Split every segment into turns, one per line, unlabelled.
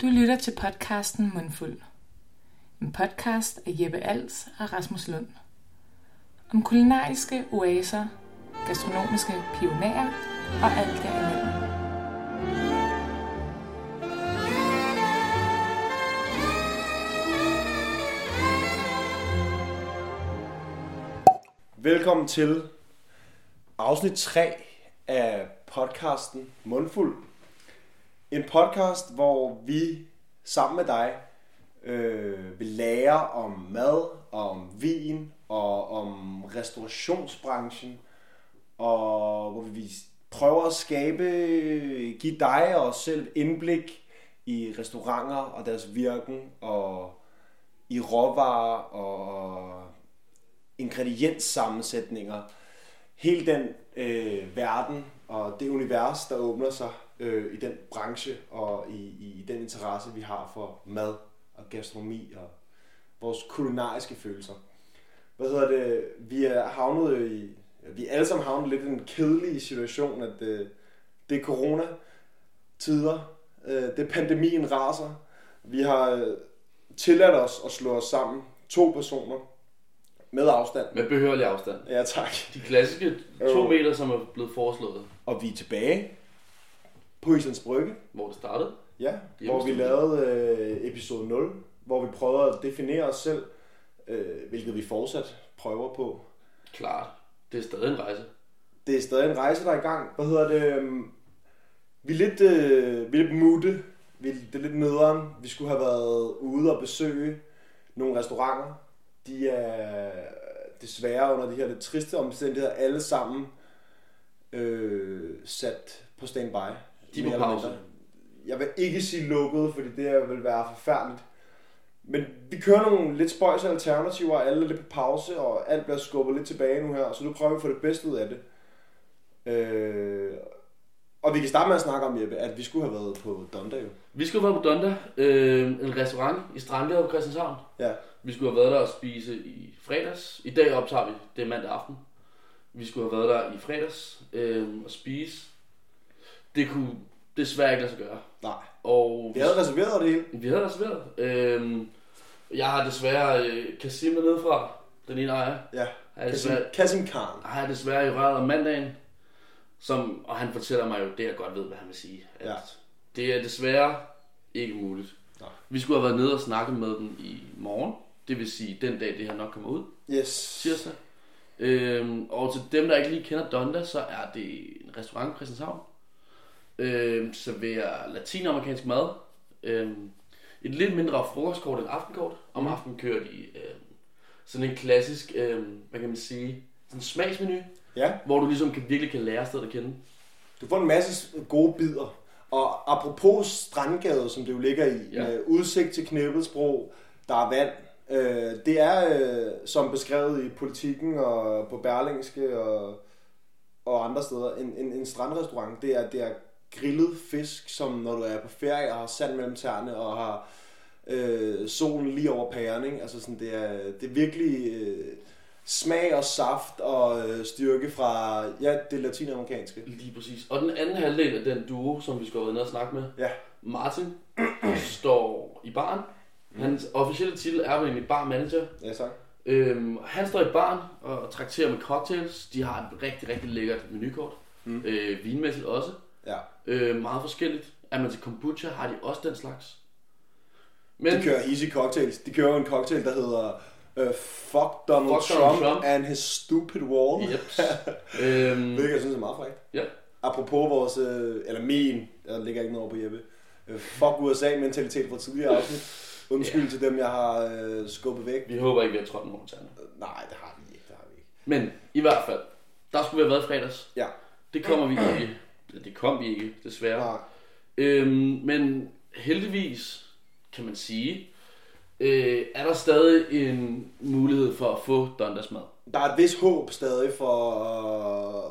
Du lytter til podcasten Mundfuld. En podcast af Jeppe Als og Rasmus Lund. Om kulinariske oaser, gastronomiske pionerer og alt derimellem.
Velkommen til afsnit 3 af podcasten Mundfuld. En podcast, hvor vi sammen med dig øh, vil lære om mad, og om vin og om restaurationsbranchen. Og hvor vi prøver at skabe, give dig og os selv indblik i restauranter og deres virken og i råvarer og ingredienssammensætninger. Hele den øh, verden og det univers, der åbner sig øh, i den branche og i, i den interesse, vi har for mad og gastronomi og vores kulinariske følelser. Hvad hedder det? Vi er havnet i... Vi er alle sammen havnet lidt i den kedelige situation, at øh, det er corona-tider. Øh, det er pandemien raser. Vi har øh, tilladt os at slå os sammen. To personer med afstand.
Med behørlig afstand.
Ja, tak.
De klassiske to
Øh.
meter, som er blevet foreslået,
Og vi er tilbage på Islands Brygge,
hvor det startede.
ja, hvor vi
Hjemmestudie.
lavede øh, episode 0, hvor vi prøvede at definere os selv, øh, hvilket vi fortsat prøver på.
Klart. Det er stadig en rejse.
Det er stadig en rejse, der er i gang. Hvad hedder det? øhm, Vi er lidt, øh, vi er lidt mutte. Vi er, det er lidt nederen. Vi skulle have været ude og besøge nogle restauranter. De er desværre under de her lidt triste omstændigheder alle sammen øh, sat på standby.
De er
Mere
på
eller
pause.
mindre. Jeg vil ikke sige lukket, fordi det vil være forfærdeligt. Men vi kører nogle lidt spøjs alternativer, og alle er lidt på pause, og alt bliver skubbet lidt tilbage nu her, så nu prøver vi at få det bedste ud af det. Øh, og vi kan starte med at snakke om, Jeppe, at vi skulle have været på Donda jo.
Vi skulle være på Donda, øh, en restaurant i Strandgade på Christianshavn.
Ja,
Vi skulle have været der og spise i fredags. I dag optager vi, det er mandag aften. Vi skulle have været der i fredags øh, og spise. Det kunne desværre ikke lade sig gøre.
nej.
Og
Vi havde reserveret og det hele.
Vi havde reserveret. Øhm, jeg har desværre øh, Kasim dernede fra, den ene ejer.
Ja,
Har jeg
Kasim,
desværre,
Kasim Khan.
har jeg desværre i røret om mandagen. Som, og han fortæller mig jo, det jeg godt ved, hvad han vil sige. At
Ja.
Det er desværre ikke muligt.
Nej.
Vi skulle have været nede og snakke med dem i morgen. Det vil sige den dag, det her nok kommer ud.
Yes.
Tirsdag. Øhm, og til dem, der ikke lige kender Donda, så er det en restaurant i Christianshavn. Øhm, serverer latinamerikansk mad. Øhm, et lidt mindre frokostkort end aftenkort. Om
Mhm.
aftenen kører de øhm, sådan en klassisk, øhm, hvad kan man sige, sådan en smagsmenu,
Ja,
hvor du ligesom kan, virkelig kan lære stedet at kende.
du får en masse gode bidder. Og apropos Strandgade, som det jo ligger i, ja.
Ja.
med udsigt til Knæbelsbro, der er vand. Øh, det er, øh, som beskrevet i politikken og på Berlingske og, og andre steder, en, en, en strandrestaurant. Det er, det er grillet fisk, som når du er på ferie og har sand mellem tæerne og har øh, solen lige over pæren. Ikke? Altså sådan, det, er, det er virkelig øh, smag og saft og øh, styrke fra ja, det latinamerikanske.
Lige præcis. Og den anden halvdel af den duo, som vi skulle have været nede og snakke med,
Ja.
Martin, står i baren. Hans officielle titel er vel egentlig bar manager.
Ja, tak.
Øhm, han står i baren og trakterer med cocktails. De har et rigtig, rigtig lækkert menukort.
Mm.
Mm. Øh, vinmæssigt også.
Ja.
Øh, meget forskelligt. Er man til kombucha, har de også den slags. Men
De kører easy cocktails. De kører jo en cocktail, der hedder uh, Fuck Donald
Fuck
Trump,
Donald
Donald Trump
Trump.
and his stupid wall. Yeah.
Jeps. øhm,
Hvilket jeg synes er meget frækt.
ja.
Apropos vores, øh, eller min, der ligger ikke noget over på Jeppe, øh, fuck USA-mentalitet fra tidligere afsnit. Undskyld yeah. til dem, jeg har øh, skubbet væk.
Vi håber ikke, vi har trådt nogen tæerne.
Øh, Nej, det har vi ikke, det har vi ikke.
Men i hvert fald, der skulle vi have været i fredags.
Ja.
Det kommer vi ikke. Eller, Det kom vi ikke, desværre.
Nej.
Øhm, men heldigvis, kan man sige, øh, er der stadig en mulighed for at få Dondas mad.
Der er et vis håb stadig for øh,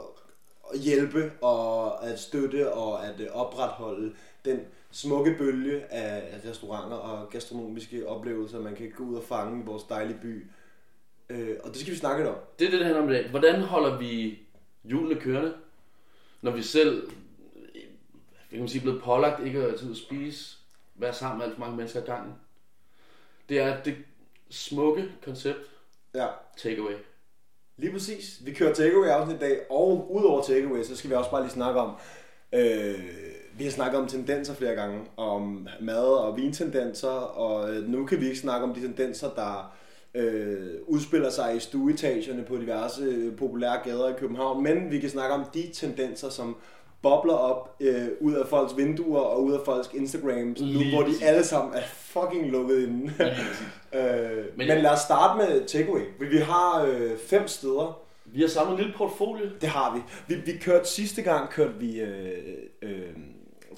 at hjælpe og at støtte og at øh, opretholde den smukke bølge af restauranter og gastronomiske oplevelser, man kan gå ud og fange i vores dejlige by. Øh, og det skal vi snakke lidt om.
Det er det, det handler om i dag. Hvordan holder vi julene kørende, når vi selv øh, hvad kan man sige, er blevet pålagt ikke at tage ud og spise? være sammen med alt for mange mennesker ad gangen. Det er det smukke koncept
Ja,
takeaway.
lige præcis. Vi kører takeaway afsnit i dag, og udover takeaway, så skal vi også bare lige snakke om, øh, vi har snakket om tendenser flere gange, om mad og vintendenser, og øh, nu kan vi ikke snakke om de tendenser, der øh, udspiller sig i stueetagerne på diverse øh, populære gader i København, men vi kan snakke om de tendenser, som bobler op øh, ud af folks vinduer og ud af folks Instagrams, nu
Lige
hvor de
præcis.
alle sammen er fucking lukket inde. Øh, men,
Men-
men lad os starte med takeaway. Vi, vi har øh, fem steder.
Vi har samlet en lille portfolio.
Det har vi. Vi, vi kørte sidste gang kørte vi øh, øh,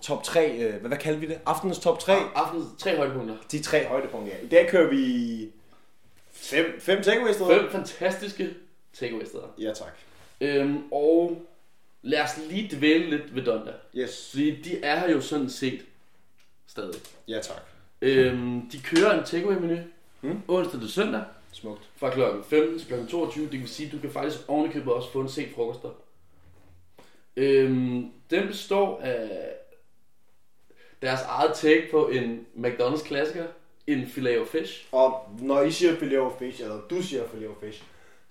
top 3, øh, hvad, hvad kaldte vi det? Aftenens top 3.
Aftenens tre højdepunkter.
De tre højdepunkter. I dag kører vi fem, fem takeaway steder.
Fem fantastiske takeaway steder.
Ja tak.
Øhm, og lad os lige dvæle lidt ved Donda.
Yes.
Fordi de er her jo sådan set stadig.
Ja tak.
Øhm, de kører en takeaway-menu
Mm.
onsdag til søndag
Smukt.
fra kl. 15 til kl. 22. Det vil sige, at du kan faktisk ovenikøbet også få en set frokost der. Øhm, den består af deres eget take på en McDonald's klassiker, en filet of fish.
Og når I siger filet over fish, eller du siger filet over fish,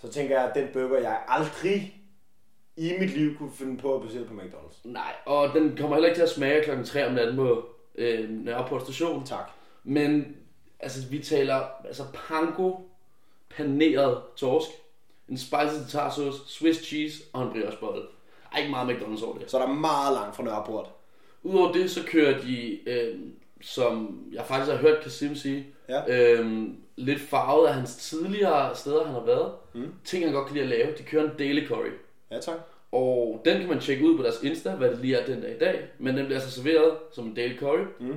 så tænker jeg, at den burger, jeg aldrig i mit liv kunne finde på at basere på McDonald's.
Nej, og den kommer heller ikke til at smage kl. 3 om natten på øh, Nørreport station.
Tak.
Men altså, vi taler altså panko, paneret torsk, en spicy tartar sauce, Swiss cheese og en briochebolle. Ej, ikke meget McDonald's over det.
Så er der meget langt fra Nørreport.
Udover det, så kører de, øh, som jeg faktisk har hørt Kasim sige,
Ja.
øh, lidt farvet af hans tidligere steder, han har været. Mm. Ting, han godt kan lide at lave. De kører en daily curry.
Ja tak.
Og den kan man tjekke ud på deres Insta, hvad det lige er den dag i dag. Men den bliver altså serveret som en daily curry. Mm.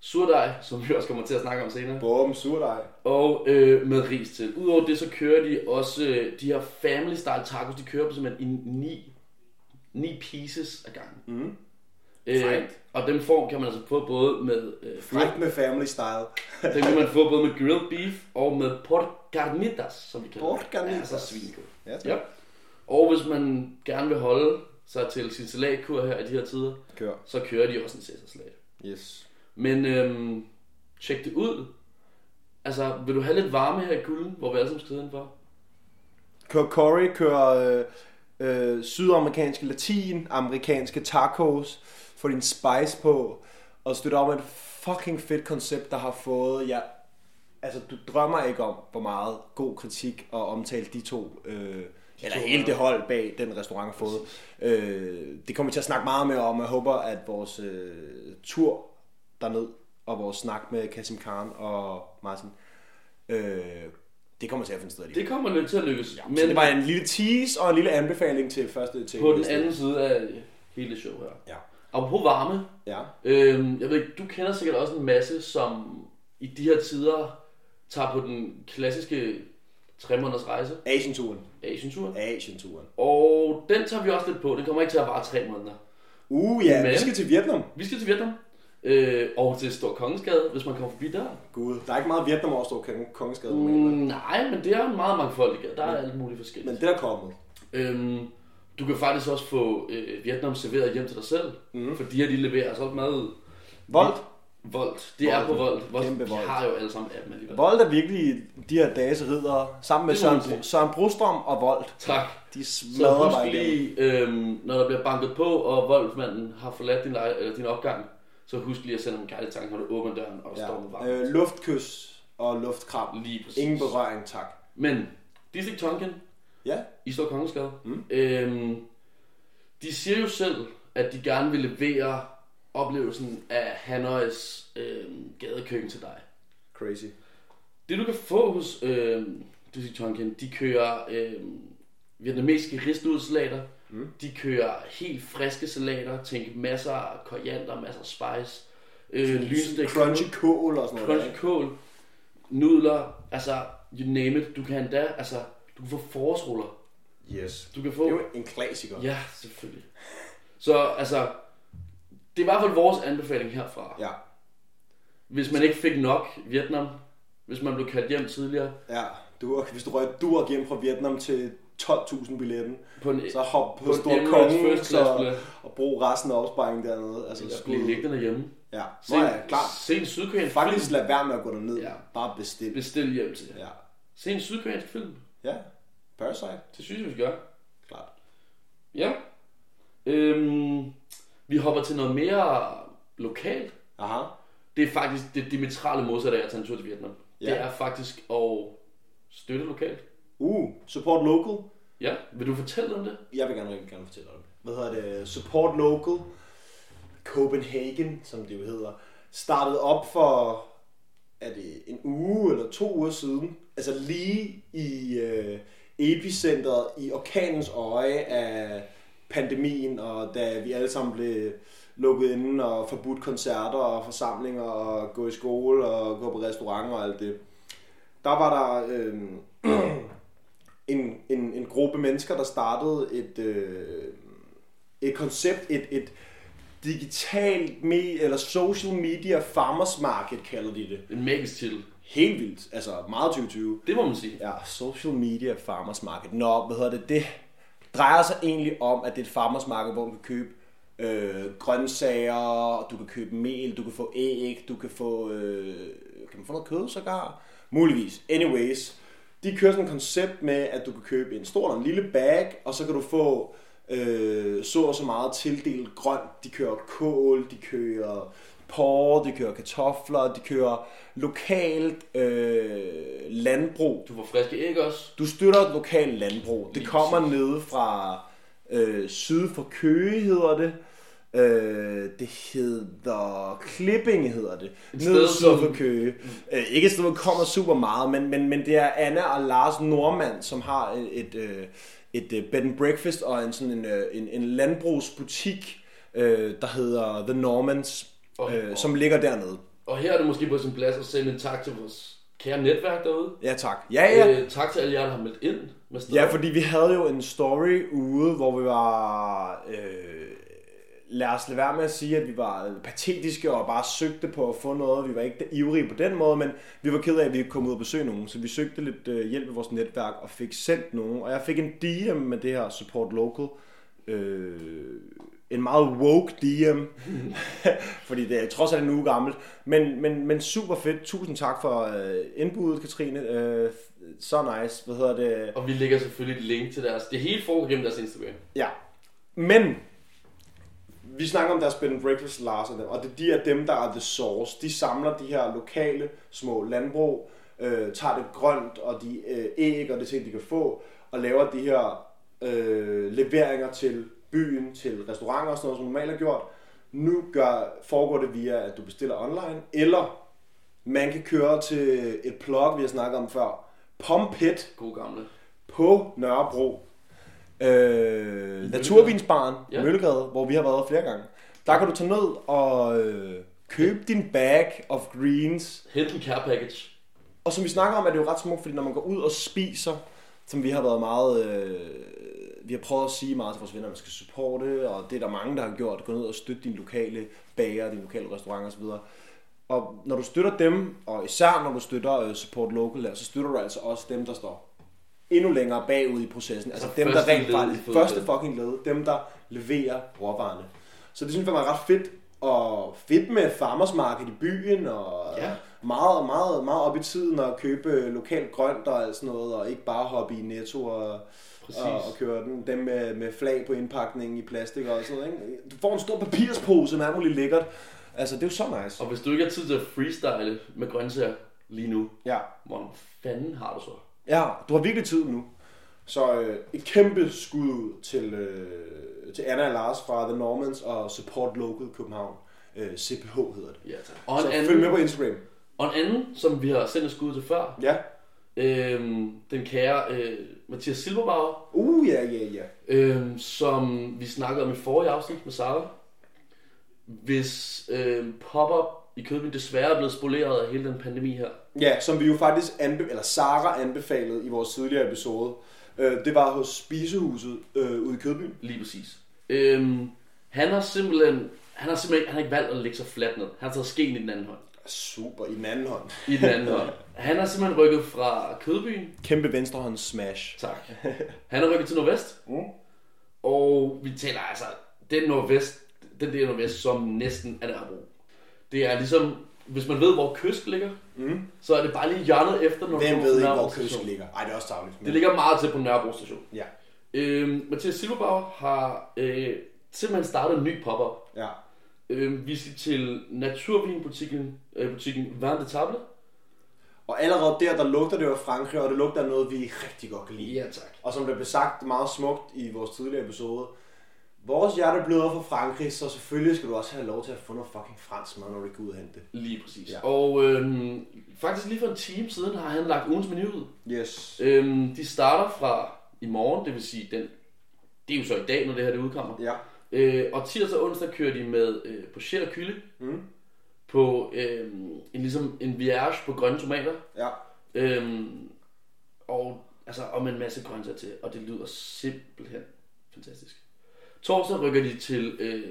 Surdej, som vi også kommer til at snakke om senere.
Bum, surdej.
Og øh, med ris til. Udover det, så kører de også øh, de her family style tacos. De kører på simpelthen i ni, ni pieces ad gangen. Mm. Øh,
Frækt.
og den form kan man altså få både med øh,
Fræk med family style.
den kan man få både med grilled beef og med porcarnitas, som vi kalder det.
Porcarnitas.
Ja, altså svinekød.
Ja, tak.
Ja. Og hvis man gerne vil holde sig til sin salatkur her i de her tider,
Kør.
så kører de også en cæsarsalat.
Yes.
Men øhm, tjek det ud. Altså, vil du have lidt varme her i kulden, hvor vi alle sammen skal sidde indenfor?
Kør curry, kør øh, øh, sydamerikanske, latinamerikanske tacos. Få din spice på. Og støtte op med et fucking fedt koncept, der har fået... Ja, altså, du drømmer ikke om, hvor meget god kritik og omtale de to... Øh, eller
to
hele det hold bag den restaurant har fået. Øh, det kommer vi til at snakke meget mere om. Jeg håber, at vores øh, tur derned og vores snak med Kasim Khan og Martin, øh, det kommer til at finde sted alligevel.
Det kommer lidt til at lykkes.
Men så det var en lille tease og en lille anbefaling til første ting.
på den anden side af hele showet her.
Ja.
Apropos varme.
Ja.
Øhm, jeg ved ikke, du kender sikkert også en masse, som i de her tider tager på den klassiske 3 måneders rejse,
Asienturen.
Asien-tur.
Asienturen.
Og den tager vi også lidt på. Den kommer ikke til at vare 3 måneder.
Uh ja,
Men-
vi skal til Vietnam.
Vi skal til Vietnam. Øh, og til Stor Kongensgade, hvis man kommer forbi der.
Gud, der er ikke meget Vietnam over Stor Kong- Kongensgade.
Mm,
Mm.
nej, men det er en meget mangfoldig gade. Der er alt muligt forskelligt.
Men det er der kommet.
Øhm, du kan faktisk også få øh, Vietnam serveret hjem til dig selv,
Mhm.
mm. for de her de leverer altså også mad ud.
Volt.
Volt, det er på Volt. Volt.
Kæmpe
de
Volt.
har jo alle sammen appen alligevel.
Volt er virkelig de her dages ridder, sammen med
Det må man
Søren,
sige.
Søren Brostrøm og Volt.
Tak.
De
Så
smadrer
husk
mig igen.
lige, øhm, når der bliver banket på, og Voltmanden har forladt din, lej- eller din opgang, så husk lige at sende en kærlig tanke, når du åbner døren, og der
Ja.
står med varmt.
Øh, luftkys og luftkram.
Lige præcis.
Ingen berøring, tak.
Men, District Tonkin,
Ja,
I står Kongensgade. Mm. Øhm, de siger jo selv, at de gerne vil levere oplevelsen af Hanois øhm, gadekøkken til dig.
crazy.
Det du kan få hos øhm, Dizzy Tonkin, de kører øhm, vietnamesiske ristudslater. Mm. De kører helt friske salater, tænk masser af koriander, masser af spice. Øh, lysstegt
Crunchy kål og sådan noget.
Crunchy
der,
kål, nudler, altså you name it. Du kan endda, altså du kan få forårsruller.
ikke? Yes.
Du kan få...
Det er jo en klassiker.
Ja, selvfølgelig. Så altså, det er i hvert fald vores anbefaling herfra.
Ja.
Hvis man ikke fik nok Vietnam, hvis man blev kaldt hjem tidligere,
Ja, du, hvis du røg du og hjem fra Vietnam til 12.000 billetten,
På en-
så hop på,
på en
Stor
Emirates
Kongen
first class
så,
billet.
og brug resten af opsparingen dernede. Altså,
så
skud.
blev liggende derhjemme.
Ja,
Se,
Nå, ja, klart.
se en sydkoreansk
Faktisk
film.
lad være med at gå derned.
Ja.
Bare bestil.
Bestil hjem til.
Ja.
Se en sydkoreansk film.
Ja. Parasite.
Det synes jeg, vi skal gøre.
Klart.
Ja. Øhm, vi hopper til noget mere lokalt.
Aha.
Det er faktisk det diametrale modsatte af at tage en tur til Vietnam.
Ja.
Ja. Det er faktisk at støtte lokalt.
Uh, support local.
Ja, vil du fortælle om det?
Jeg vil gerne rigtig gerne fortælle dig om det. Hvad hedder det? Support local. Copenhagen, som det jo hedder, startede op for er det en uge eller to uger siden, altså lige i øh, epicentret, i orkanens øje af pandemien, og da vi alle sammen blev lukket inde og forbudt koncerter og forsamlinger og gå i skole og gå på restaurant og alt det. Der var der øh, en, en, en gruppe mennesker, der startede et, øh, et koncept, et, et digitalt me- eller social media farmers market kalder de det.
En magisk titel.
Helt vildt. Altså meget 2020.
Det må man sige.
Ja, social media farmers market. Nå, hvad hedder det? Det drejer sig egentlig om, at det er et farmers market, hvor du kan købe øh, grøntsager, du kan købe mel, du kan få æg, du kan få... Øh, kan man få noget kød sågar? Muligvis. Anyways. De kører sådan et koncept med, at du kan købe en stor eller en lille bag, og så kan du få øh, så og så meget tildelt grønt. De kører kål, de kører porre, de kører kartofler, de kører lokalt øh, landbrug.
Du får friske æg også.
Du støtter et lokalt landbrug. Det
Lige
kommer nede fra øh, syd for Køge, hedder det. Øh, det hedder Klipping, hedder det. Nede
sted,
syd for
som-
Køge. Øh, ikke et sted, hvor det kommer super meget, men, men, men det er Anna og Lars Normand, som har et, et, øh, et øh, bed and breakfast og en, sådan en, øh, en, en landbrugsbutik, øh, der hedder The Normans,
Og-
øh,
og-
som ligger dernede.
Og her er det måske på sin plads at sende en tak til vores kære netværk derude.
Ja tak. Ja, ja.
Ja. Øh, tak til alle jer, der har meldt ind med steder.
Ja, fordi vi havde jo en story ude, hvor vi var... Øh, lad os lade være med at sige, at vi var patetiske og bare søgte på at få noget. Vi var ikke ivrige på den måde, men vi var ked af, at vi ikke kom ud og besøge nogen. Så vi søgte lidt øh, hjælp i vores netværk og fik sendt nogen. Og jeg fik en DM med det her Support Local. Øh, en meget woke DM, fordi det er trods alt en uge gammelt, men, men, men super fedt. Tusind tak for øh, indbuddet, Katrine. Øh, så nice. Hvad hedder det?
Og vi lægger selvfølgelig et link til deres... Det hele foregår gennem deres Instagram.
Ja. Men vi snakker om deres bed and breakfast, Lars og dem, og det de er dem, der er the source. De samler de her lokale små landbrug, øh, tager det grønt og de øh, æg og det ting, de kan få, og laver de her øh, leveringer til byen, til restauranter og sådan noget, som normalt er gjort. Nu gør, foregår det via, at du bestiller online, eller man kan køre til et plug, vi har snakket om før, Pompet
God gamle.
på Nørrebro. Øh, Naturvinsbaren, ja.
Ja.
Møllegade, hvor vi har været flere gange. Der kan du tage ned og øh, købe din bag of greens.
Hent en care package.
Og som vi snakker om, er det jo ret smukt, fordi når man går ud og spiser, som vi har været meget... Øh, vi har prøvet at sige meget til vores venner, at man skal supporte, og det er der mange, der har gjort. Gå ned og støtte dine lokale bager, dine lokale restauranter osv. Og når du støtter dem, og især når du støtter øh, Support Local, der, så støtter du altså også dem, der står endnu længere bagud i processen. Altså
Så
dem, der
første
rent
led i
faktisk...
fodbold.
Første fucking led. Dem, der leverer råvarerne. Så det synes jeg var ret fedt. Og fedt med farmers market i byen, og
Ja.
meget, meget, meget op i tiden at købe lokalt grønt og alt sådan noget, og ikke bare hoppe i netto og,
Præcis.
og, og køre den, dem med, med flag på indpakningen i plastik og sådan noget. Ikke? Du får en stor papirspose med alt muligt lækkert. Altså, det er jo så nice.
Og hvis du ikke har tid til at freestyle med grøntsager lige nu,
Ja.
hvor fanden har du så?
Ja, du har virkelig tid nu. Så øh, et kæmpe skud ud til, øh, til Anna og Lars fra The Normans og Support Local København. Øh, CPH hedder det.
Ja, tak. Og
Så
en,
følg med
anden,
på Instagram.
og en anden, som vi har sendt et skud til før,
Ja.
øhm, den kære øh, Mathias Silberbauer,
Uh, ja, ja, ja.
øhm, som vi snakkede om i forrige afsnit med Sara. Hvis øhm, pop-up i Kødby desværre er blevet spoleret af hele den pandemi her.
Ja, som vi jo faktisk anbe- eller Sara anbefalede i vores tidligere episode. Øh, det var hos Spisehuset øh, ude i Kødbyen.
Lige præcis. Øhm, han har simpelthen, han har simpelthen ikke, han har ikke valgt at lægge sig fladt ned. Han har taget skeen i den anden hånd.
Super, i den anden hånd.
I den anden hånd. Han har simpelthen rykket fra Kødbyen
Kæmpe venstrehånds smash.
Tak. Han er rykket til Nordvest.
Mm.
Og vi taler altså, den Nordvest, den del af Nordvest, som næsten er Nørrebro. Det er ligesom, hvis man ved, hvor kyst ligger,
Mm.
så er det bare lige hjørnet efter, når
Hvem
kommer
ved
til
ikke,
Nørrebro
hvor kyst
station.
ligger? Ej, det er også dagligt.
Det ligger meget tæt på Nørrebro station.
Ja,
Øhm, Mathias Silberbauer har øh, simpelthen startet en ny pop-up.
ja.
Øh, vi skal til naturvinbutikken, øh, butikken Vin de Table.
Og allerede der, der lugter det jo af Frankrig, og det lugter af noget, vi rigtig godt kan lide.
tak.
Og som der blev sagt meget smukt i vores tidligere episode, vores hjerte bløder for Frankrig, så selvfølgelig skal du også have lov til at få noget fucking fransk mad, når du går ud og hente det.
Lige præcis.
Ja.
Ja. Og øh, faktisk lige for en time siden har han lagt ugens menu ud.
Yes.
Øhm, de starter fra i morgen, det vil sige den, det er jo så i dag, når det her det udkommer.
Ja.
Øh, og tirsdag og onsdag kører de med øh, på og kylling,
Mm.
på øh, en, ligesom en vierge på grønne tomater,
Ja.
øh, og, altså, og med en masse grøntsager til, og det lyder simpelthen fantastisk. Torsdag rykker de til, øh,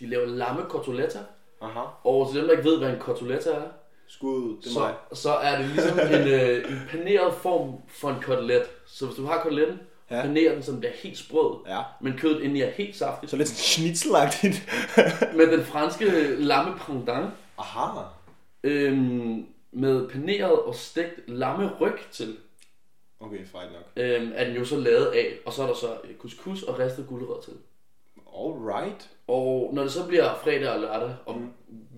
de laver lamme cotoletta,
Aha.
og til dem, der ikke ved, hvad en cotoletta er,
Skud, ud, det er
så,
mig.
så er det ligesom en, øh, en paneret form for en kotelet. Så hvis du har koteletten,
Ja.
ja. panerer den, så den bliver helt sprød.
Ja.
Men kødet indeni er helt saftigt.
Så lidt schnitzelagtigt.
Med den franske lamme pendant,
Aha.
øhm, med paneret og stegt lamme ryg til,
Okay, fejl nok.
øhm, er den jo så lavet af. Og så er der så øh, couscous og ristet gulerødder til.
Alright.
Og når det så bliver fredag og lørdag, og mm.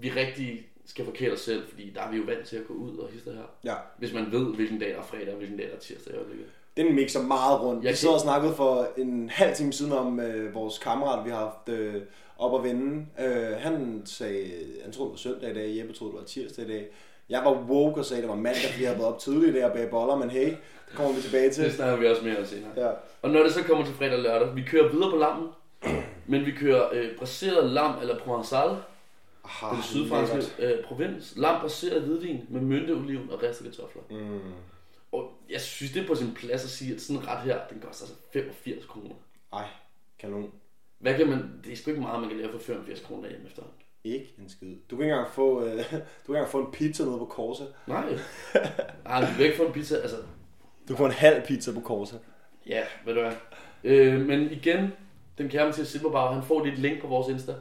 vi rigtig skal forkæle os selv, fordi der er vi jo vant til at gå ud og hister her.
Ja.
Hvis man ved, hvilken dag der er fredag og hvilken dag der er tirsdag i øjeblikket.
Den mixer meget rundt.
Jeg
Jeg vi
kan-
sidder og snakkede for en halv time siden om øh, vores kammerat, vi har haft øh, op at vende. Øh, han sagde, han troede det var søndag i dag, Jeppe troede det var tirsdag i dag. Jeg var woke og sagde, det var mandag, fordi jeg havde været op tidligt i dag og bage boller, men hey, det kommer vi tilbage til.
Det snakker vi også mere om senere.
Ja.
Og når det så kommer til fredag og lørdag, vi kører videre på lammen, men vi kører øh, braseret lam eller provençal,
Aha,
den sydfranske øh, provins. Lam braseret hvidvin med mynte, oliven og ristet kartofler.
Mm.
Og jeg synes, det er på sin plads at sige, at sådan en ret her, den koster altså 85 kroner.
Ej, kanon.
Hvad kan man, det er sgu ikke meget, man kan lave for 85 kroner hjemme efterhånden.
Ikke en skid. Du kan ikke engang få, øh, du kan ikke engang få en pizza nede på Korsa.
Nej. Ej, vi vil ikke få en pizza, altså,
Du kan få en halv pizza på Korsa.
ja, ved du hvad. Øh, men igen, den kære Mathias Silberbauer, han får lige et link på vores Insta.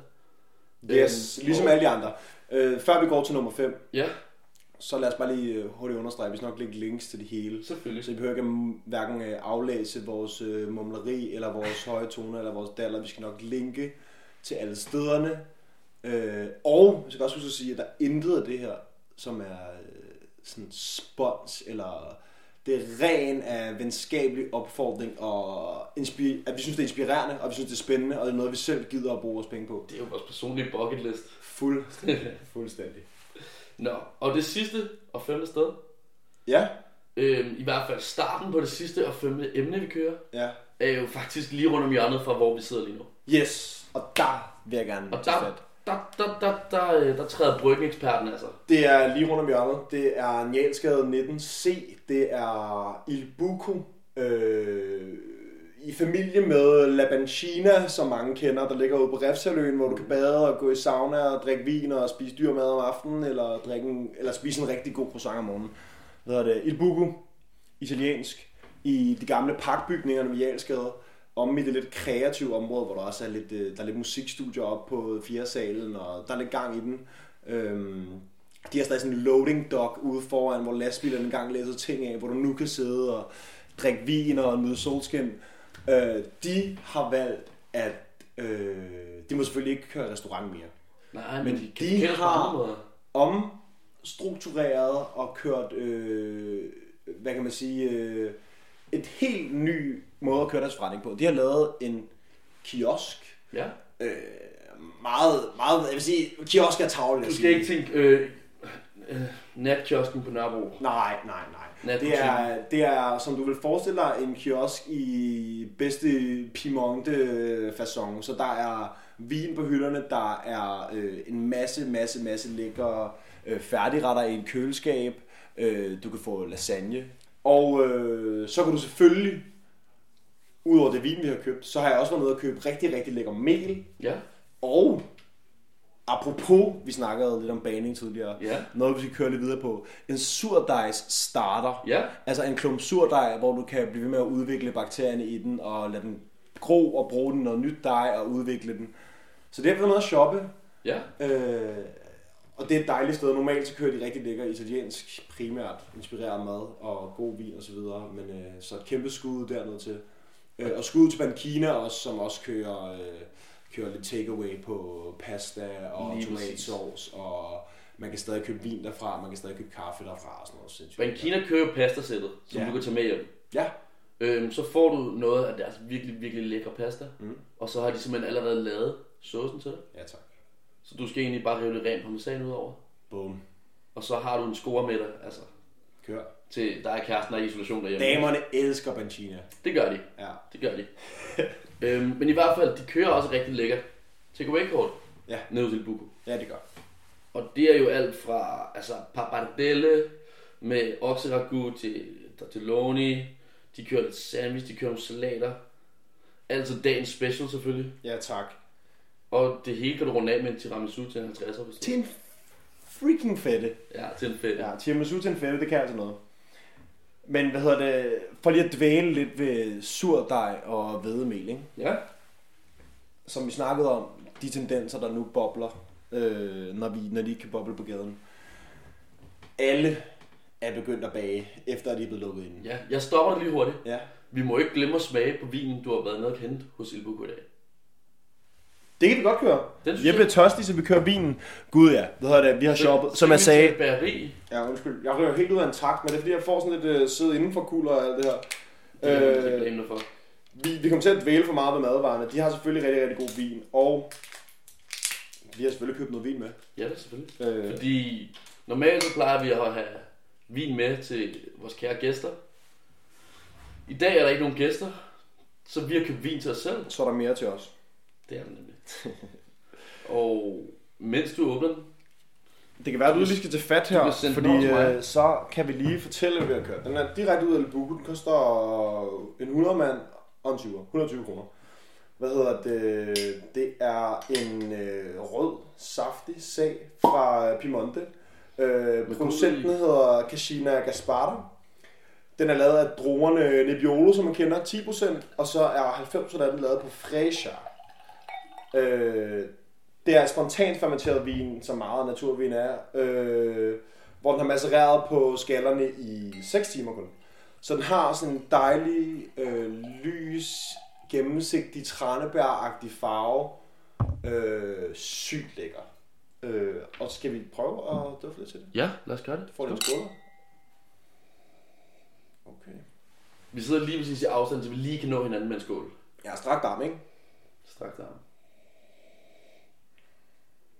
Yes,
Øhm,
ligesom
og-
alle de andre. Øh, før vi går til nummer 5,
Ja,
så lad os bare lige øh, hurtigt understrege, vi skal nok lægge links til det hele.
selvfølgelig.
Så I behøver ikke at hverken øh, aflæse vores øh, mumleri, eller vores høje toner, eller vores daller. Vi skal nok linke til alle stederne. Øh, og jeg skal også huske at sige, at der er intet af det her, som er øh, sådan spons, eller det er ren af venskabelig opfordring, og inspir- at vi synes, det er inspirerende, og vi synes, det er spændende, og det er noget, vi selv gider at bruge vores penge på.
Det er jo vores personlige bucket list.
Fuldstændig. Fuldstændig.
Nå, og det sidste og femte sted,
Ja,
øh, i hvert fald starten på det sidste og femte emne, vi kører,
ja.
er jo faktisk lige rundt om hjørnet fra, hvor vi sidder lige nu.
Yes, og der vil jeg gerne
Og
tage
der,
fat.
der, der, der, der, øh, der træder bryggeeksperten altså.
Det er lige rundt om hjørnet. Det er Njalsgade 19C. Det er Il Buco. Øh, I familie med La Banchina, som mange kender, der ligger ude på Refsaløen, hvor du kan bade og gå i sauna og drikke vin og spise dyr mad om aftenen, eller, drikke en, eller spise en rigtig god croissant om morgenen. Hvad hedder det? Il Buco. Italiensk. I de gamle parkbygningerne ved Jalsgade. Om i det lidt kreative område, hvor der også er lidt, øh, der er lidt musikstudier op på fjerde salen, og der er lidt gang i den. Øhm, de har stadig sådan en loading dock ude foran, hvor lastbilerne engang læssede ting af, hvor du nu kan sidde og drikke vin og nyde solskin. Øh, de har valgt, at øh, de må selvfølgelig ikke køre restaurant mere.
Nej, men,
Men
men de,
de
de kender
har-
har... på andre måder.
Omstruktureret og kørt, øh, hvad kan man sige, øh, et helt ny måde at køre deres forretning på. De har lavet en kiosk,
Ja.
øh, meget, meget, jeg vil sige, kiosk er tavle.
Du skal ikke tænke øh, øh, natkiosken på Nørrebro.
Nej, nej, nej.
Natbutikken.
Det er, det er, som du vil forestille dig, en kiosk i bedste piemonte façon. Så der er vin på hylderne, der er øh, en masse, masse, masse lækre øh, færdigretter i et køleskab. Øh, du kan få lasagne. Og øh, så kan du selvfølgelig, udover det vin, vi har købt, så har jeg også været nede og købe rigtig, rigtig lækker mel.
Ja.
Og apropos, vi snakkede lidt om baning tidligere,
Ja.
noget vi skal køre lidt videre på, en surdejs starter.
Ja.
Altså en klump surdej, hvor du kan blive ved med at udvikle bakterierne i den, og lade den gro og bruge den i noget nyt dej og udvikle den. Så det har vi været nede at shoppe.
Ja.
Øh, Og det er et dejligt sted. Normalt så kører de rigtig lækker italiensk, primært inspireret af mad og god vin og så videre. Men øh, så et kæmpe skud dernede til. Øh, og skud til Bankina også, som også kører, øh, kører lidt takeaway på pasta og
Lige præcis.
tomatsauce. Og man kan stadig købe vin derfra, man kan stadig købe kaffe derfra og sådan noget. Sindssygt.
Bankina kører jo pastasættet, som
Ja.
du kan tage med hjem.
Ja,
Øhm, så får du noget af deres virkelig, virkelig lækre pasta.
Mm.
Og så har de simpelthen allerede lavet såsen til det.
ja tak.
Så du skal egentlig bare rive det rent parmesan ud over.
Boom.
Og så har du en score med dig, altså
Kør.
til dig og kæresten, der er i isolation derhjemme.
Damerne elsker Bankina.
Det gør de,
Ja.
det gør de. øhm, men i hvert fald, de kører også rigtig lækkert. Takeaway kort.
Ja.
Ned til Buko.
ja, det gør.
Og det er jo alt fra altså pappardelle med okseragu til tortelloni. De kører lidt sandwich, de kører nogle salater. Altid dagens special selvfølgelig.
Ja, tak.
Og det hele kan du runde af med en tiramisu til en 50'er. hvis du-
Til en freaking fedte.
Ja, til en fedt. Ja.
Ja, tiramisu til en fælde, det kan altså noget. Men hvad hedder det, for lige at dvæle lidt ved surdej og hvedemel, ikke?
ja.
som vi snakkede om, de tendenser, der nu bobler, øh, når, vi, når de ikke kan boble på gaden. Alle er begyndt at bage, efter at de er blevet lukket inde.
Ja, jeg stopper dig lige hurtigt.
Ja.
Vi må ikke glemme at smage på vinen, du har været nede og hente hos Il Buco i dag.
Det kan vi godt køre.
Den synes
Jeg bliver tørstig, så vi kører bilen. Gud ja, det hedder det, vi har shoppet, Altså, som jeg sagde.
Det bageri.
Ja, undskyld. Jeg rører helt ud af en takt, men det er fordi, jeg får sådan lidt øh, sidde indenfor kugler og alt det her.
Det
Øh,
er jeg ikke glemme dig for.
vi, vi kommer til at dvæle for meget ved madvarerne. De har selvfølgelig rigtig, rigtig god vin, og vi har selvfølgelig købt noget vin med.
Ja, det er selvfølgelig.
Øh,
Fordi normalt så plejer vi at have vin med til vores kære gæster. I dag er der ikke nogen gæster, så vi har købt vin til os selv.
så er der mere til os.
Det er der nemlig. Og mens du åbner den,
Det kan være, at du lige skal tage fat
bliver
her,
sendt over
fordi
til mig.
øh, så kan vi lige fortælle, hvad vi har kørt. Den er direkte ud af Lebuku. Den koster en 100 mand og en 20, 120 kroner. Hvad hedder det? Det er en øh, rød, saftig sag fra Piemonte. Øh, producenten hedder Casina Gaspardo. Den er lavet af druerne Nebbiolo, som man kender, 10%, og så er 90% af den lavet på Fresia. Øh, det er spontant fermenteret vin, som meget naturvin er, øh, hvor den har massereret på skallerne i 6 timer kun. Så den har sådan en dejlig, øh, lys, gennemsigtig, tranebær-agtig farve. Øh, sygt lækker. Øh, og skal vi prøve at dufte lidt til det?
ja, lad os gøre det.
Får du en skål? Okay.
Vi sidder lige præcis i afstand, så vi lige kan nå hinanden med en skål.
Jeg har strakt arm, ikke?
Strakt arm.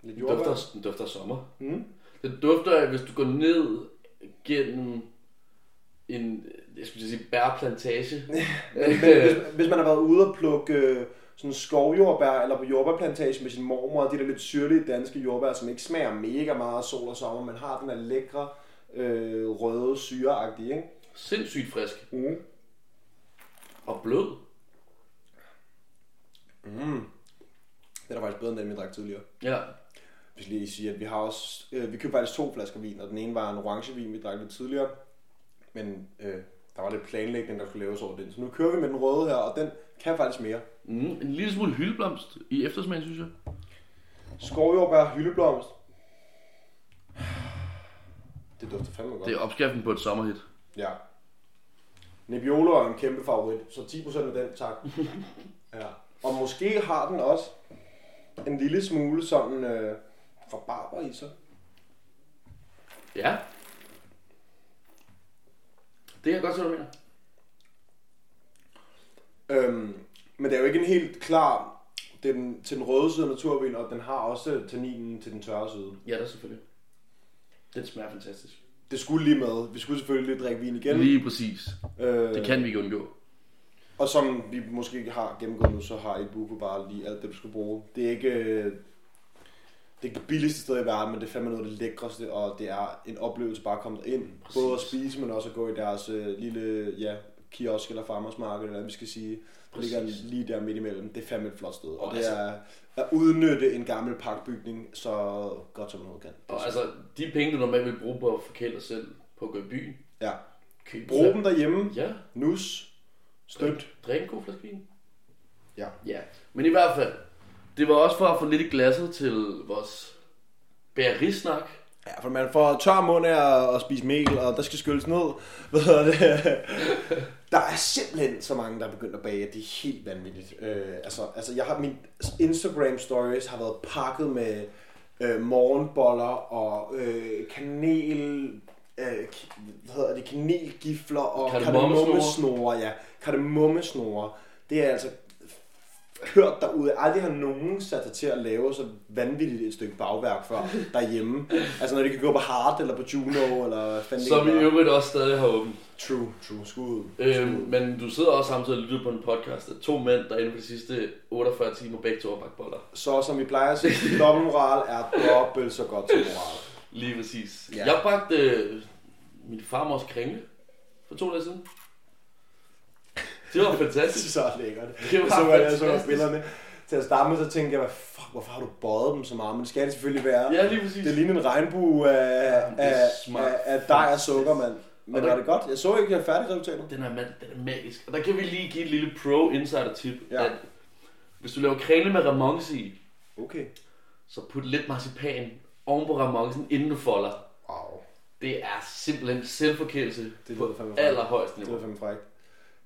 Lidt
Den dufter,
jordbær.
den dufter af sommer.
Mm.
Den dufter, af, hvis du går ned gennem en, jeg skulle til at sige, bærplantage.
Men, men Øh, hvis, hvis man har været ude og plukke øh, sådan skovjordbær eller på jordbærplantage med sin mormor, og de der lidt syrlige danske jordbær, som ikke smager mega meget af sol og sommer, men har den her lækre, øh, røde, syreagtige, ikke?
Sindssygt frisk
Mm.
og blød.
Det er da faktisk bedre end den, vi drak tidligere.
Ja,
Vi skal lige sige, at vi har også, øh, vi købte faktisk to flasker vin, og den ene var en orangevin, vi drak lidt tidligere, men øh, der var lidt planlægning, der skulle laves over den. Så nu kører vi med den røde her, og den kan faktisk mere.
mm, en lille smule hyldeblomst i eftersmagen, synes jeg.
Skovjordbær, hyldeblomst. Det dufter fandme godt.
Det er opskriften på et sommerhit.
Ja. Nebbiolo er en kæmpe favorit, så 10% af den, tak. ja. Og måske har den også en lille smule sådan øh, forbarber i sig.
Ja. Det kan jeg godt se, hvad du mener.
Øhm, men det er jo ikke en helt klar det er den, til den røde side af naturvin, og den har også tanninen til den tørre side.
Ja, det selvfølgelig. Den smager fantastisk.
Det skulle lige med. Vi skulle selvfølgelig lige drikke vin igen.
Lige præcis.
øh,
Det kan vi ikke undgå.
Og som vi måske ikke har gennemgået nu, så har et Buko bare lige alt det, du skal bruge. Det er ikke, øh, det er ikke det billigste sted i verden, men det er fandme noget af det lækreste, og det er en oplevelse bare at komme ind.
Præcis.
Både at spise, men også at gå i deres øh, lille ja, kiosk eller farmersmarked, eller hvad vi skal sige. Det ligger
Præcis.
lige der midt imellem. Det er fandme et flot sted. Og,
Og
det
altså-
er at udnytte en gammel parkbygning så godt som man nu kan.
Og altså, de penge, du normalt vil bruge på at forkæle dig selv, på at gå i byen,
Ja.
køb
Brug dem derhjemme.
Ja,
Nus. Støt.
drik en god flaske vin.
Ja.
Ja, men i hvert fald, det var også for at få lidt i glasset til vores Bærisnak.
Ja, for man får tør mund af at, at spise mel, og der skal skylles ned. Hvad hedder det? Der er simpelthen så mange, der er begyndt at bage, at det er helt vanvittigt. Øh, altså, altså, jeg har, min Instagram stories har været pakket med øh, morgenboller og øh, kanel, øh, k- hvad hedder det, kanelgifler og
Kardemommesnore.
kardemommesnore. Ja, kardemommesnore. Det er altså hørt derude. Aldrig har nogen sat sig til at lave så vanvittigt et stykke bagværk før derhjemme. Altså når de kan gå på Hart eller på Juno eller hvad fanden det
Som i
hedder.
øvrigt også stadig har åbent.
True, true. Skud.
Øhm, men du sidder også samtidig og lytter på en podcast af to mænd, der inden for de sidste 48 timer begge to har bagt boller.
Så som vi plejer at sige, dobbeltmoral er dobbelt så godt som moral.
Lige præcis.
Ja.
Ja. Jeg bragte øh, min farmors kringle for to dage siden. Det var
Det er
fantastisk.
så lækkert.
Det var
Jeg så godt, jeg så
fantastisk.
billederne. Til at starte med, så tænkte jeg, hvad fuck, hvorfor har du bøjet dem så meget? Men det skal det selvfølgelig være.
Ja, lige præcis.
Det ligner en regnbue af,
Jamen, det
af,
smagte
af, af dej og sukker, mand. Men
Og der-
var det godt? Jeg så ikke, jeg er færdig resultatet.
Den er, mand, den er magisk. Og der kan vi lige give et lille pro insider tip.
Ja.
Ja. At hvis du laver kringle med remonce i,
Okay.
så put lidt marcipan oven på remoncen, inden du folder.
Wow.
Det er simpelthen selvforkælelse
Det lyder
på
fandme frækt.
allerhøjeste
Det var
niveau.
fandme frækt.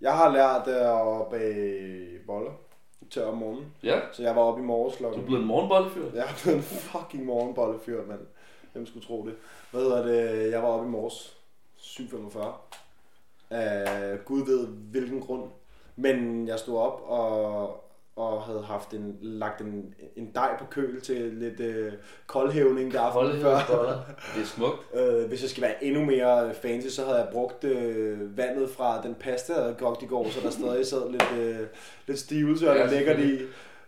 Jeg har lært øh, at bage boller til om morgenen.
Ja,
Så jeg var oppe i morges
du er
klokken.
blevet en morgenbollefyr.
Jeg er blevet en fucking morgenbollefyr, mand. Hvem skulle tro det? Hvad hedder det? Jeg var oppe i morges. 7.45. Af Gud ved hvilken grund. Men jeg stod op og, og havde haft en, lagt en, en dej på køl til lidt øh, koldhævning der aften
Hold her,
før.
boller. Det er smukt.
Øh, hvis jeg skal være endnu mere fancy, så havde jeg brugt øh, vandet fra den pasta, jeg havde kogt i går, så der stadig sad lidt, øh, lidt stivelse og
Ja,
ja, lækkert i,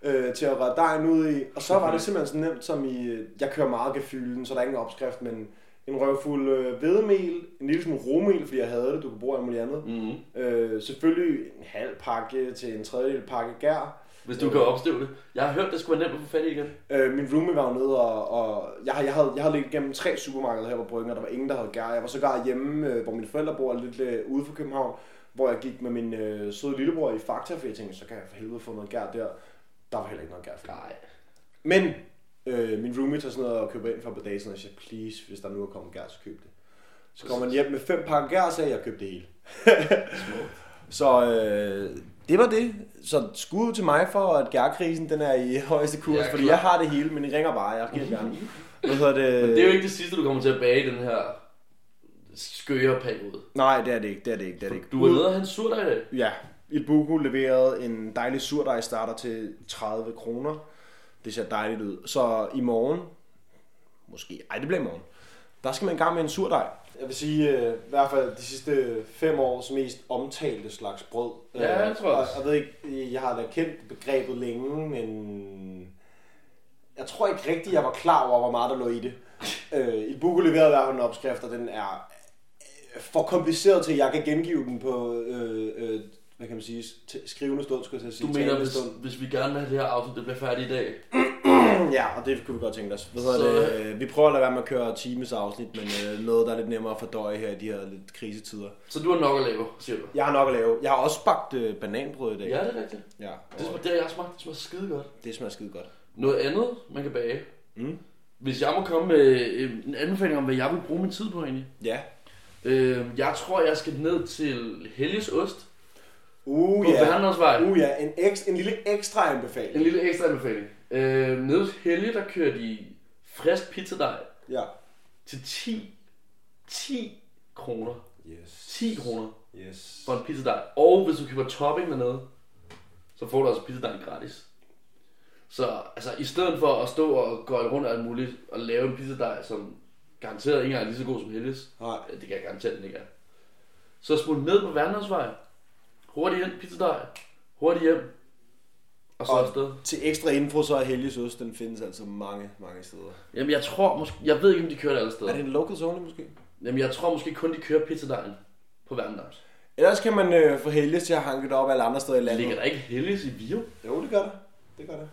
øh, til at røre dejen ud i. Og så var det simpelthen så nemt som i, øh, jeg kører meget gefylen, så der er ingen opskrift, men en røvfuld øh, hvedemel, en lille smule romel, fordi jeg havde det, du kunne bruge alt muligt andet.
Mm-hmm.
Øh, selvfølgelig en halv pakke til en tredjedel pakke gær.
Hvis du kan opstøve det. Jeg har hørt, det skulle være nemt at få fat i igen.
Øh, min roommate var jo nede, og, og jeg, jeg, havde, jeg havde ligget gennem tre supermarkeder her på Bryggen, og der var ingen, der havde gær. Jeg var sågar hjemme, øh, hvor mine forældre bor, lidt øh, ude for København, hvor jeg gik med min øh, søde lillebror i Fakta, for jeg tænkte, så kan jeg for helvede få noget gær der. Der var heller ikke noget gær. for-
Nej.
Men øh, min roommate har sådan noget at købe ind for på dagen, så jeg sagde, please, hvis der nu er kommet gær, så køb det. Så kom man hjem med fem pakker gær, og sagde, jeg købte det hele. så øh, det var det. Så skud til mig for, at gærkrisen den er i højeste kurs,
Ja,
fordi
klar.
jeg har det hele, men I ringer bare, jeg giver gerne. Hvad hedder det?
Men det er jo ikke det sidste, du kommer til at bage i den her skøre periode.
Nej, det er det ikke, det er det ikke, det er det ikke.
Du er nede og have en surdej i dag.
Ja, et Buku leverede en dejlig surdej starter til 30 kroner. Det ser dejligt ud. Så i morgen, måske, ej det bliver i morgen, der skal man i gang med en surdej. Jeg vil sige, øh, i hvert fald de sidste fem års mest omtalte slags brød.
Ja,
Øh,
jeg tror også.
Jeg ved ikke, jeg har da kendt begrebet længe, men jeg tror ikke rigtigt, jeg var klar over, hvor meget der lå i det. Øh, I Buku leverede i hvert fald en opskrift, og den er øh, for kompliceret til, at jeg kan gengive den på, øh, øh, hvad kan man sige, t- skrivende stund, skulle jeg til at
Du
sige.
mener,
talende
hvis,
stund.
hvis vi gerne vil have det her afsnit, det bliver færdigt i dag.
Ja, og det kunne vi godt tænke os. Hvad hedder
Så-
det? øh, Vi prøver at lade være med at køre times afsnit, men øh, noget, der er lidt nemmere at fordøje her i de her lidt krisetider.
Så du har nok at lave, siger du.
Jeg har nok at lave. Jeg har også bagt øh, bananbrød i dag.
Ja, det er rigtigt.
ja
Det,
og
smager, det har jeg smagt. Det smager skide godt.
det smager skide godt.
Noget andet, man kan bage.
Mm.
Hvis jeg må komme med øh, en anbefaling om, hvad jeg vil bruge min tid på egentlig.
Ja.
Øh, jeg tror, jeg skal ned til Helges Ost
Uh
på yeah.
ja.
Værnholmsvej.
Uh ja, en, ekstra, en lille ekstra anbefaling.
En lille ekstra anbefaling. Øh, nede hos Helge, der kører de frisk pizzadej
Ja.
til 10, 10 kroner.
Yes.
10 kroner
Yes.
for en pizzadej. Og hvis du køber topping dernede, så får du altså pizzadejen gratis. Så altså, i stedet for at stå og gå rundt og alt muligt og lave en pizzadej, som garanteret ikke engang er lige så god som Helges,
Nej.
Ja, det kan jeg garantere, den ikke er. Så smut ned på Værnhedsvej. Hurtigt ind, pizzadej. Hurtigt hjem. Og så
Og-
afsted.
Til ekstra info, så er Helges Øst, den findes altså mange, mange steder.
Jamen, jeg tror måske... Jeg ved ikke, om de kører det alle
Er
steder.
det en local zone måske?
Jamen, jeg tror måske kun, de kører pizzadejen på Værnhedsvej.
Ellers kan man øh, få Helges til at hanke det op alle andre steder i landet.
Ligger der ikke Helges i Vio?
Jo, det gør der. Det gør der.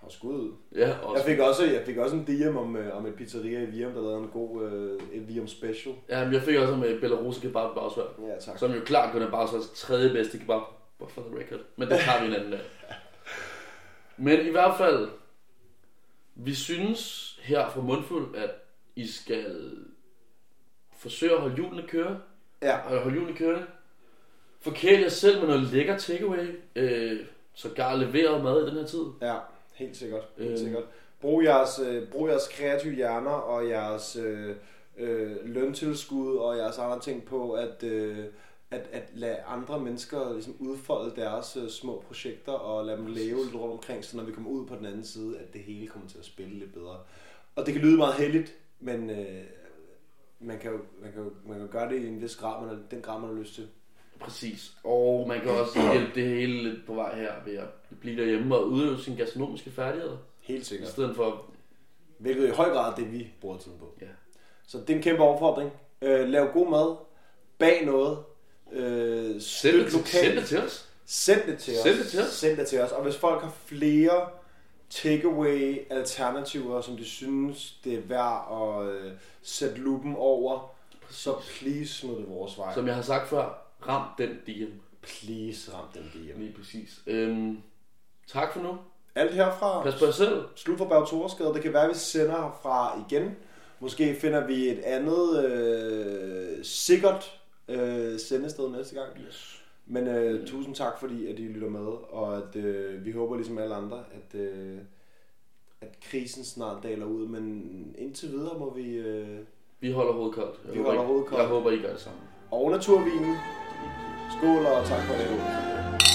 Har skud ud.
Ja, og
Jeg fik også, jeg fik også en DM om, øh, om et pizzeria i Virum, der lavede en god øh, et Virum special.
Jamen, jeg fik også med Belarus kebab på Bagsvær.
Ja, tak.
Som jo klart kun er Bagsværs tredje bedste kebab. But For the record. Men det tager vi en anden dag. Men i hvert fald, vi synes, her fra mundfuld, at I skal forsøge at holde hjulene køre,
Ja,
og holde hjulene kørende. Forkæle jer selv med noget lækker takeaway, øh, sågar leveret mad i den her tid.
ja, helt sikkert. Helt
Øh.
sikkert. Brug jeres, øh, brug jeres kreative hjerner og jeres øh, øh, løntilskud og jeres andre ting på at, øh, at, at lade andre mennesker ligesom udfolde deres øh, små projekter og lade dem leve lidt rundt omkring, så når vi kommer ud på den anden side, at det hele kommer til at spille lidt bedre. Og det kan lyde meget heldigt, men øh, man, kan jo, man, kan jo, man kan jo gøre det i en vis grad, man har, den grad, man har lyst til.
Præcis. Og man kan også hjælpe det hele lidt på vej her ved at blive derhjemme og udøve sine gastronomiske færdigheder.
Helt
I
sikkert.
stedet for...
Hvilket i høj grad er det, vi bruger tiden på.
Ja.
Så det er en kæmpe opfordring. Øh, lav god mad. Bag noget. Øh,
Send
støt
det, til, send det
lokalt.
til os.
Send det til os.
Send det til os.
Send det til os. Og hvis folk har flere takeaway alternativer, som de synes, det er værd at øh, sætte lupen over, så please smid det vores vej. Så
Som jeg har sagt før, ram den DM.
please ram den DM.
Lige præcis. Øhm, tak for nu.
Alt herfra.
Pas på jer selv.
Slut for Bergtorsgade. Det kan være, at vi sender herfra igen. Måske finder vi et andet øh, sikkert øh, sendested næste gang.
Yes.
Men øh, tusind tak, fordi at I lytter med, og at øh, vi håber ligesom alle andre, at, øh, at krisen snart daler ud. Men indtil videre må vi... Øh,
Vi holder hovedet koldt. Jeg
Vi
håber
holder
ikke-
hovedet koldt.
Jeg håber, I gør det samme.
over naturvinen. Skål og tak for det.